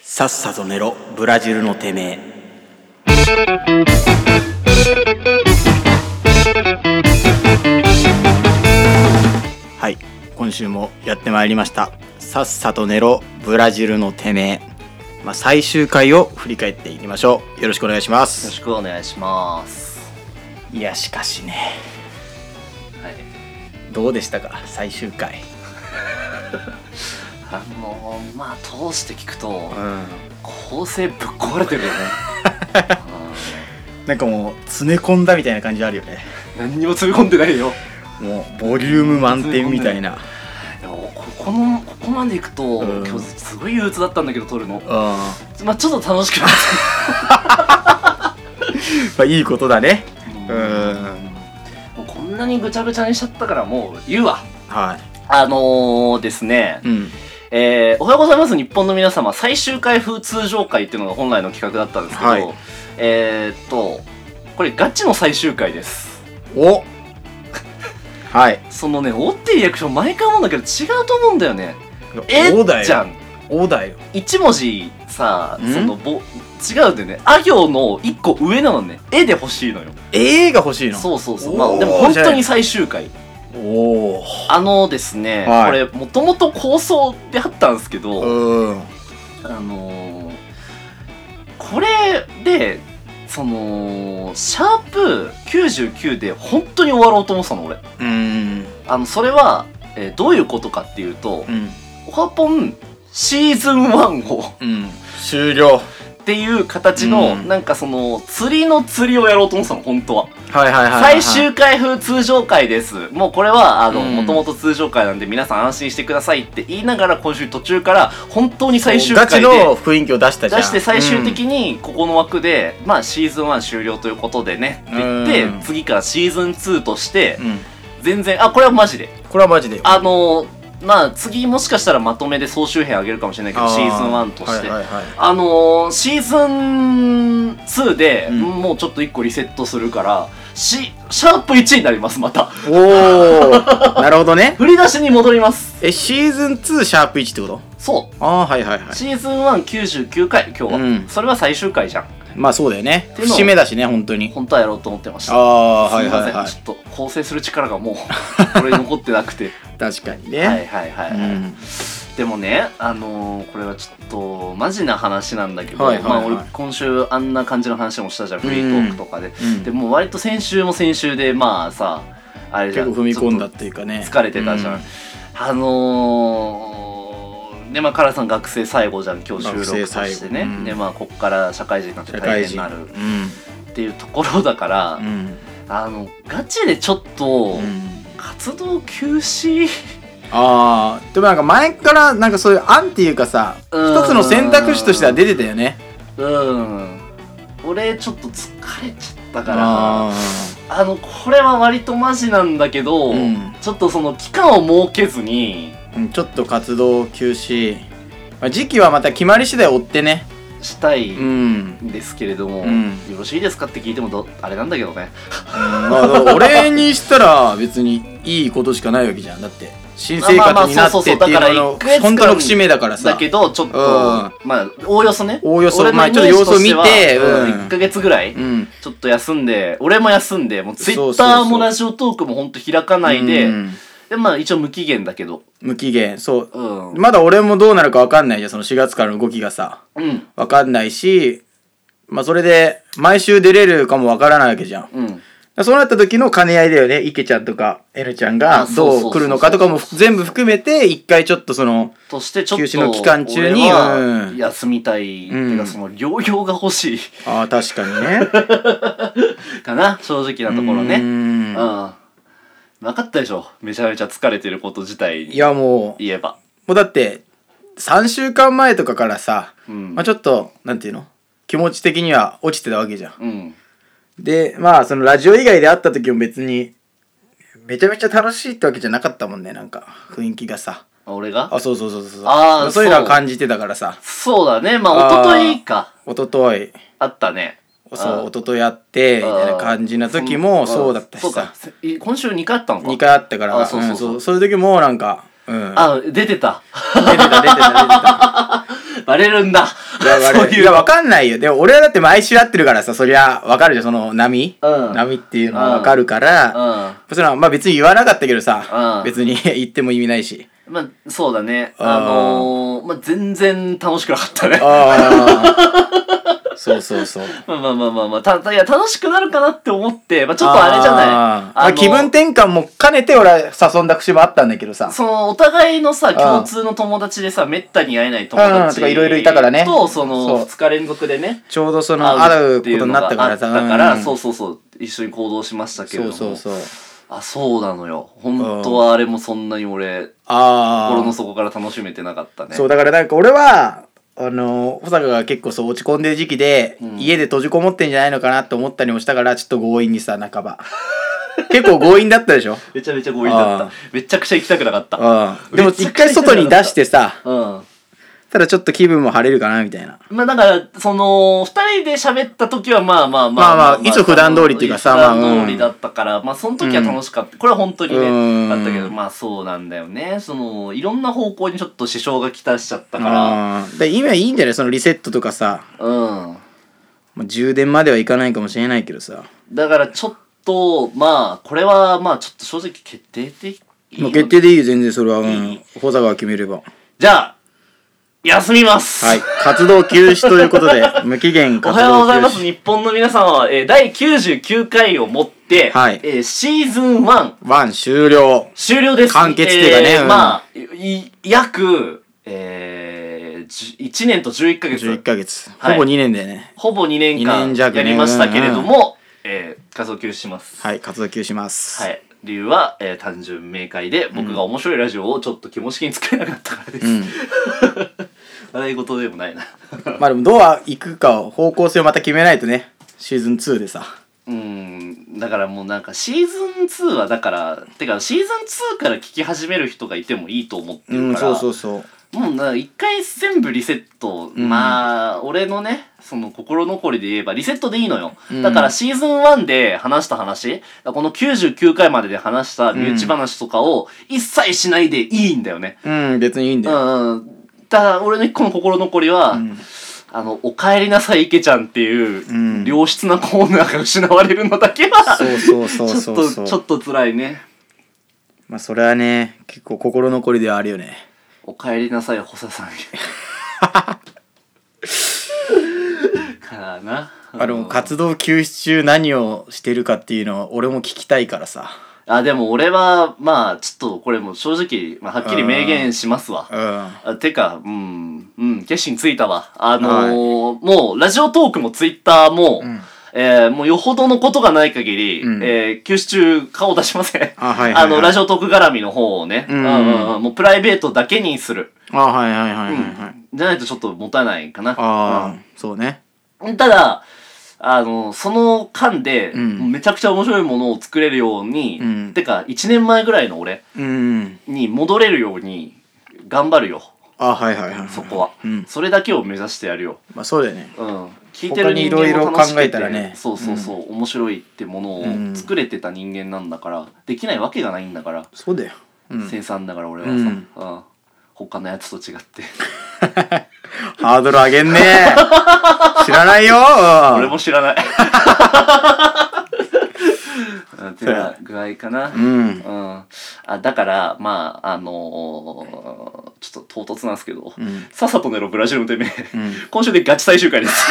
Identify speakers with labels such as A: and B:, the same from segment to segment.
A: さっさと寝ろブラジルのてめえはい今週もやってまいりましたさっさと寝ろブラジルのてめえまあ、最終回を振り返っていきましょうよろしくお願いしま
B: よろ
A: す
B: しくお願いします。
A: いやしかしね
B: はい。
A: どうでしたか最終回
B: あのー、まあ通して聞くと
A: ん
B: 構成ぶっ壊れてるよね。
A: なんかもう詰め込んだみたいな感じあるよね
B: うん 何にも詰め込んでないよ。
A: もうボリューム満点みたいな
B: でもここのここまでいくと、
A: ん
B: 今日すごい憂鬱だったんだけど撮るの。
A: うんま
B: まあちょっと楽しくなっ
A: あいいことだね
B: た。
A: うん
B: もうこんなにぐちゃぐちゃにしちゃったからもう言うわ。
A: は
B: あのー、ですね
A: い、うん
B: えーおはようございます日本の皆様最終回風通常会っていうのが本来の企画だったんですけど、
A: はい
B: えーっとこれガチの最終回です
A: お はい
B: そのねおっていうリアクション毎回思うんだけど違うと思うんだよねえ
A: おだよ
B: じゃん
A: おだよ
B: 一文字さ
A: ん
B: そのぼ違うんだよねあ行の一個上なのね絵で欲しいのよ
A: A が欲しいの
B: そうそうそう
A: おー
B: まあでも本当に最終回
A: おお
B: あのですね、
A: はい
B: これもともと構想であったんですけど、
A: うん
B: あのーこれで、その、シャープ99で本当に終わろうと思ってたの、俺。
A: うん
B: あの、それは、えーどういうことかっていうと
A: う、ん
B: オハポンシーズン1を
A: うん終了
B: っていう形
A: う
B: の、
A: ん
B: なんかその、釣りの釣りをやろうと思ってたの、本当は。
A: はいはいはい、
B: 最終回風通常回です。もうこれは、あの、
A: うん
B: もともと通常回なんで皆さん安心してくださいって言いながら、今週途中から、本当に最終
A: ガチ
B: 回で。
A: の雰囲気を出したじゃん
B: 出して最終的にここの枠で、まあシーズン1終了ということでねって言って、
A: うん
B: 次からシーズン2として
A: うん、うん
B: 全然あこれはマジで
A: これはマジでよ
B: あのーまあ次もしかしたらまとめで総集編あげるかもしれないけど
A: あー
B: シーズン1として、
A: はいはいはい
B: あのーシーズン2で、
A: うん
B: もうちょっと1個リセットするからしシャープ1になりますまた
A: おお なるほどね
B: 振り出しに戻ります
A: えシーズン2シャープ1ってこと
B: そう
A: ああはいはいはい
B: シーズン199回今日は、
A: うん
B: それは最終回じゃん
A: まあそうだよね
B: ていうのを
A: 節目だしね本当に
B: 本当はやろうと思ってました
A: ああ
B: す
A: はい
B: み
A: は
B: ま
A: い
B: せん、
A: はい
B: ちょっと構成する力がもう 俺残ってなくて
A: 確かに
B: は
A: ね、
B: いはいはい、
A: う
B: はい
A: ん
B: でもねあのーこれはちょっとマジな話なんだけど、
A: はいはいはい
B: まあ俺今週あんな感じの話もしたじゃんフリートークとかで、
A: うん
B: でもう割と先週も先週でまあさあれじゃ
A: 結
B: ん
A: 構踏み込んだ
B: ち
A: っ
B: ょ
A: ていうかね
B: っと疲れてたじゃん、
A: う
B: あのーでまあ、カラさん学生最後じゃん今日収録
A: 学生最後
B: してね、
A: うん
B: でまあこっから社会人になって
A: 社
B: 大
A: 会
B: 変に
A: 人
B: なるっ
A: うん
B: ていうところだから、
A: うん
B: あのガチでちょっと、
A: うん
B: 活動休止
A: ああでもなんか前からなんかそういう案っていうかさ
B: うん
A: 一つの選択肢としては出てたよね
B: うん俺ちょっと疲れちゃったからあ
A: あ
B: のこれは割とマジなんだけど、
A: うん
B: ちょっとその期間を設けずに
A: ーうんちょっと活動休止まあ時期はまた決まり次第追ってね
B: したい
A: うんん、
B: ですけれども、
A: うん
B: よろしいですかって聞いてもどあれなんだけどね
A: まあだから俺にしたら別にいいことしかないわけじゃんだって新生
B: まあま
A: 活
B: あ
A: になってっていう
B: そうそうそうだから
A: のの
B: 一ヶ月間
A: 本当の節目だからさ
B: だけどちょっと、
A: う
B: まあおおよそね
A: おおよそ
B: 俺の
A: まあちょっと
B: イメージ
A: 様子を見て
B: としては
A: うん
B: 1ヶ月ぐらい、
A: うん
B: ちょっと休んで俺も休んでもうツイ
A: そう
B: ッ
A: そう
B: タ
A: そう
B: ーもラジオトークもほんと開かない
A: う
B: で、
A: ん
B: でまあ一応無期限だけど
A: 無期限そう
B: うん、
A: まだ俺もどうなるか分かんないじゃんその4月からの動きがさ
B: うん
A: 分かんないしまあそれで毎週出れるかも分からないわけじゃんだか
B: うん
A: らそうなった時の兼ね合いだよね池ちゃんとか N ちゃんが
B: あそうそうそう
A: どう来るのかとかも全部含めて一回ちょっとその
B: としてちょっと
A: 休止の期間中に
B: 俺は
A: うん
B: 休みたい、
A: うん
B: てかその療養が欲しい
A: ああ確かにね
B: かな正直なところ
A: う
B: ねうんん分かったでしょめちゃめちゃ疲れてること自体
A: いやもう
B: 言えば
A: もうだって3週間前とかからさ、
B: うん
A: まあちょっとなんていうの気持ち的には落ちてたわけじゃん
B: うん
A: でまあそのラジオ以外で会った時も別にめちゃめちゃ楽しいってわけじゃなかったもんねなんか雰囲気がさ
B: 俺が
A: あそうそうそうそうそう
B: あー
A: そういうのは
B: そう
A: 感じてたからさ
B: そうだねまあ
A: あー
B: 一昨日か
A: 一昨日
B: あったね
A: そう一昨日会ってみ
B: あー
A: たいな感じの時も
B: ん
A: そうだった
B: そ
A: し
B: うか
A: さ
B: せい今週2回あったのか
A: 2回会ってから
B: あそうそうそう
A: うんそういう時もなんかうん
B: あ出てた
A: 出てた出てた出てた
B: バレるんだ
A: いや、わか
B: そう
A: る
B: いう
A: いやわかんないよ。でも俺はだって毎週会ってるからさ、そりゃわかるじゃん、その波、
B: うん
A: 波っていうのはわかるから、
B: うん
A: それはまあ別に言わなかったけどさ、
B: うん
A: 別に 言っても意味ないし。
B: まあそうだね
A: あー
B: あのー、まあ全然楽しくなかったね
A: ああ。そうそうそう。
B: まあまあまあまあまあたたいや楽しくなるかなって思って、まあ、ちょっとあれじゃない
A: あー
B: あ
A: まあ
B: の
A: 気分転換も兼ねて俺は誘んだ節もあったんだけどさ。
B: そのお互いのさ
A: ん
B: 共通の友達でさめったに会えない友
A: うんうん
B: 達
A: とかいろいろいたからね
B: とそ
A: そう
B: の2日連続でね
A: ちょうどその、会う
B: っ
A: こ
B: てい
A: と
B: う
A: に
B: のが
A: な
B: あ
A: っ
B: ったた
A: からさ。
B: からそううそうそう一緒に行動しました
A: ん
B: けれど
A: そう
B: も
A: そうそう。
B: あそうなのよ本当はあれもそんなに俺
A: ああ。
B: 心の底から楽しめてなかったね
A: そうだからなんか俺はあの保坂が結構そう落ち込んでる時期で、
B: うん
A: 家で閉じこもってんじゃないのかなと思ったりもしたからちょっと強引にさ半ば 結構強引だったでしょ、
B: めちゃめちゃ強引だっ
A: あー
B: ためちゃくちゃ行きたくなかった
A: うん、でも
B: めっちゃ
A: 一回外に出してさ
B: うん
A: ただちょっと気分も晴れるかなみたいな
B: まあだから、その、二人で喋った時はまあまあまあ。
A: まあまあいつも普段通りっていうかさ
B: 普
A: まあうん
B: 段通りだったから、まあその時は楽しかった。これは本当に
A: うん
B: ね、だったけど、まあそうなんだよね。その、いろんな方向にちょっと支障がきたしちゃったから。
A: うんで今いいんじゃないそのリセットとかさ
B: うん。
A: まあ充電まではいかないかもしれないけどさ
B: だからちょっと、まあ、これはまあちょっと正直決定的。
A: もう決定でいいよ全然それは、うん、保坂が決めれば
B: じゃあ、休みます
A: はい活動休止ということ で無期限
B: お
A: 活動
B: は
A: 休止
B: ようございます。日本の皆さんは、えー第99回をもって、
A: はい
B: えーシーズン1、
A: ワン終了
B: 終了です。
A: 完結っていうかね
B: えー
A: うん
B: まあ、い約、えー、1年と11ヶ月。
A: 11ヶ月、
B: はい
A: ほぼ2年だよね
B: ほぼ2年
A: 二年
B: 間
A: 弱ね
B: やりましたけれども、えー、活動休止します。
A: はい、活動休止します。
B: はい。理由は、えー単純明快で、僕が面白いラジオをちょっと気持ちに作れなかったからです。
A: うん。
B: 笑い事でもないな。
A: まあでも、どう行くかを、方向性をまた決めないとね、シーズン2でさ。
B: うん。だからもうなんかシーズン2はだから、てかシーズン2から聞き始める人がいてもいいと思って
A: う
B: る
A: ん、
B: から、
A: そうそうそう。
B: もうな一回全部リセット、
A: ん
B: まあ俺のねその心残りで言えばリセットでいいのよ、
A: うん
B: だからシーズン1で話した話この99回までで話した身内話とかを一切しないでいいんだよね
A: うん、別にいいん
B: う
A: だよ。
B: ん、うん、だから俺の一個の心残りは、
A: うん
B: あの「おかえりなさい池ちゃん」っていう、
A: うん
B: 良質なコーナーが失われるのだけは
A: そうそうそうそう
B: ち
A: そ
B: ょ
A: う
B: っとちょっと辛いね
A: まあ、それはね、結構心残りではあるよね。
B: おかえりなさい、補佐さん。 からな。
A: あの、活動休止中何をしてるかっていうのを、俺も聞きたいからさ。
B: あ、でも俺は、まあ、ちょっとこれもう正直、まあ、はっきり明言しますわ
A: う。ん。
B: あてか、うん、うん、決心ついたわ。あのーもう、ラジオトークもツイッターも、
A: うん
B: えーもうよほどのことがない限り、
A: うん
B: えー休止中顔出しません。
A: あ、はいはい、はい。
B: あの、ラジオトーク絡みの方をね、
A: うん
B: うんうんもうプライベートだけにする。
A: あ、はいはいはいはいはい。
B: じゃないとちょっと持たないかな。
A: ああ、
B: うん
A: そうね。
B: ただあのその間で、
A: うん
B: もうめちゃくちゃ面白いものを作れるように、
A: うん
B: てか1年前ぐらいの俺
A: うん。
B: に戻れるように頑張るよ
A: あ、はいはいはいはい。
B: そこは、
A: うん
B: それだけを目指してやるよ、
A: まあ、そうだよね。
B: うん、聞いてる人
A: 他に色
B: 間も
A: 々
B: 楽しく
A: 考
B: て
A: えたらね
B: そうそうそう、面白いってものを作れてた人間なんだから、できないわけがないんだから、
A: そうだよ。うん。
B: 生産だから俺はさ、
A: う
B: うんん他のやつと違って
A: ハードル上げんね 知らないよ
B: 俺も知 らないうんてな具合かな、
A: うん。
B: うん、あだからまああのーちょっと唐突なんですけど、
A: うん。
B: さっさと寝ろブラジルのてめえ、
A: うん
B: 今週でガチ最終回です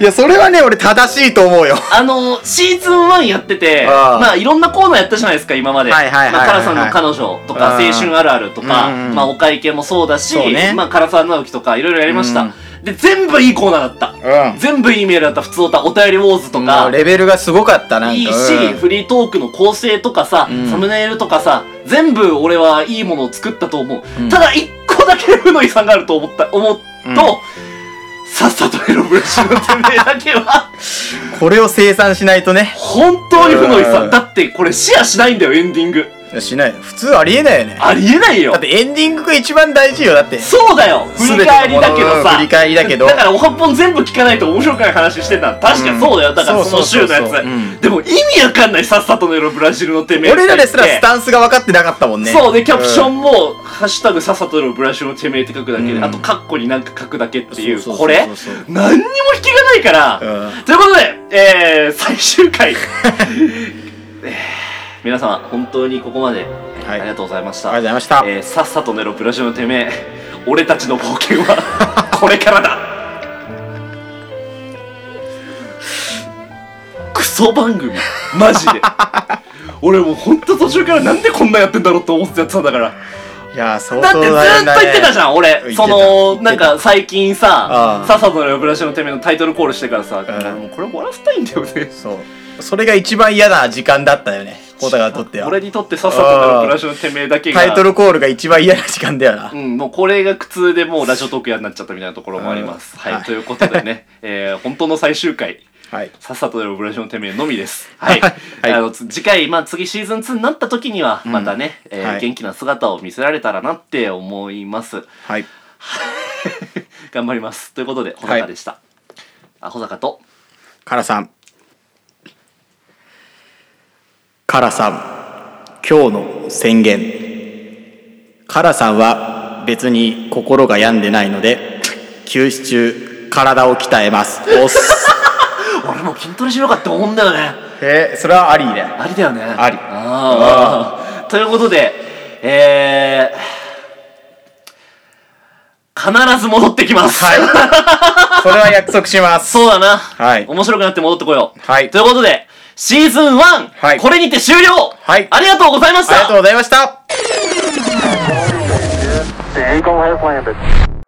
A: いや、それはね、俺正しいと思うよ。
B: あのーシーズン1やってて
A: ああ
B: まあいろんなコーナーやったじゃないですか今まで
A: はいはいはいはい
B: まあカラさんの彼女とか
A: ああ
B: 青春あるあるとか
A: うんうん
B: まあお会計もそうだし
A: そうね
B: まあカラさん直樹とかいろいろやりました、で全部いいコーナーだった
A: う
B: 全部いいメールだった普通だお便りウォーズと
A: ん。
B: か、
A: もうレベルがすごかった、なんか。
B: いいし、フリートークの構成とかさ、
A: うん
B: サムネイルとかさ、全部俺はいいものを作ったと思う。
A: うん
B: ただ一個だけ負の遺産があると思った、思うと、
A: うん
B: さっさとエロブラシのてめえだけは、
A: うんこれを生産しないとね。
B: 本当に負の遺
A: うん
B: 産。だってこれシェアしないんだよ、エンディング。
A: しない。普通ありえないよね。
B: ありえない
A: だ
B: よ
A: っ。てエンディングが一番大事よ。だって。
B: そうだよ振り返りだけど
A: うん
B: さ。
A: 振り返りだけど。
B: からお8本全部聞かないと面白くない話してたの確かにそうだよ。だからその週のや
A: そうそうそうそうう
B: つ。
A: ん
B: でも意味わかんない、さっさとのエロブラジルのてめえ。
A: 俺らですらスタンスが分かってなかったもんね。
B: そうでキャプションも、ハッシュタグさっさとのブラシのてめえって書くだけで、
A: うん
B: あとカッコになんか書くだけっていう、
A: そうそうそうそう
B: これ何にも引きがないから、
A: うん
B: ということで、えー、最 終回えー皆様本当にここまであ
A: はい、あ
B: り
A: りが
B: がとうございました、
A: とうございました、
B: えーさっさと寝ろブラジルのてめえ俺たちの冒険 はこれからだクソ番組 マジで俺もうほんと途中からなんでこんなやってんだろうと思ってやってたんだから
A: いやー相
B: だって
A: 当
B: ずーっと言ってたじ
A: ゃん
B: ゃ
A: 言
B: ん、
A: って
B: 俺。
A: た言
B: そ
A: っ
B: の、
A: てた
B: なんか最近
A: う
B: さ
A: ん、
B: さっさとの呼び出しのてめえのタイトルコールしてからさ、
A: うん
B: もうこれ終わらせたいんだよね。
A: そうそれが一番嫌な時間だったよねコタがとっては
B: 俺にとってさっさとの呼び出しのてめえだけが、
A: タイトルコールが一番嫌な時間だよな、
B: うん、もうこれが苦痛でもうラジオトーク嫌になっちゃったみたいなところもあります。
A: うん
B: は
A: はい
B: い、ということでね、 えー本当の最終回。
A: はい
B: さっさとのブラジルのてめえのみです。はい。
A: はい
B: あの、つ次回、まあ次シーズン2になった時には、またね、えー
A: はい
B: 元気な姿を見せられたらなって思います。
A: はい
B: 頑張ります。ということで、穂高でした。あ、穂高と。
A: カラさんカラさん今日の宣言カラさんは別に心が病んでないので休止中体を鍛えますおっす
B: 俺も筋トレしようかって思うんだよね
A: えーそれはありね
B: ありだよね
A: あり
B: あーということでえー、必ず戻ってきます、
A: それは約束します
B: そうだな、
A: はい
B: 面白くなって戻ってこよう、
A: はい
B: ということでシーズン1、
A: はい
B: これにて終了、
A: はい
B: ありがとうございまし
A: あり
B: た
A: がとうございました
C: The Eagle has landed.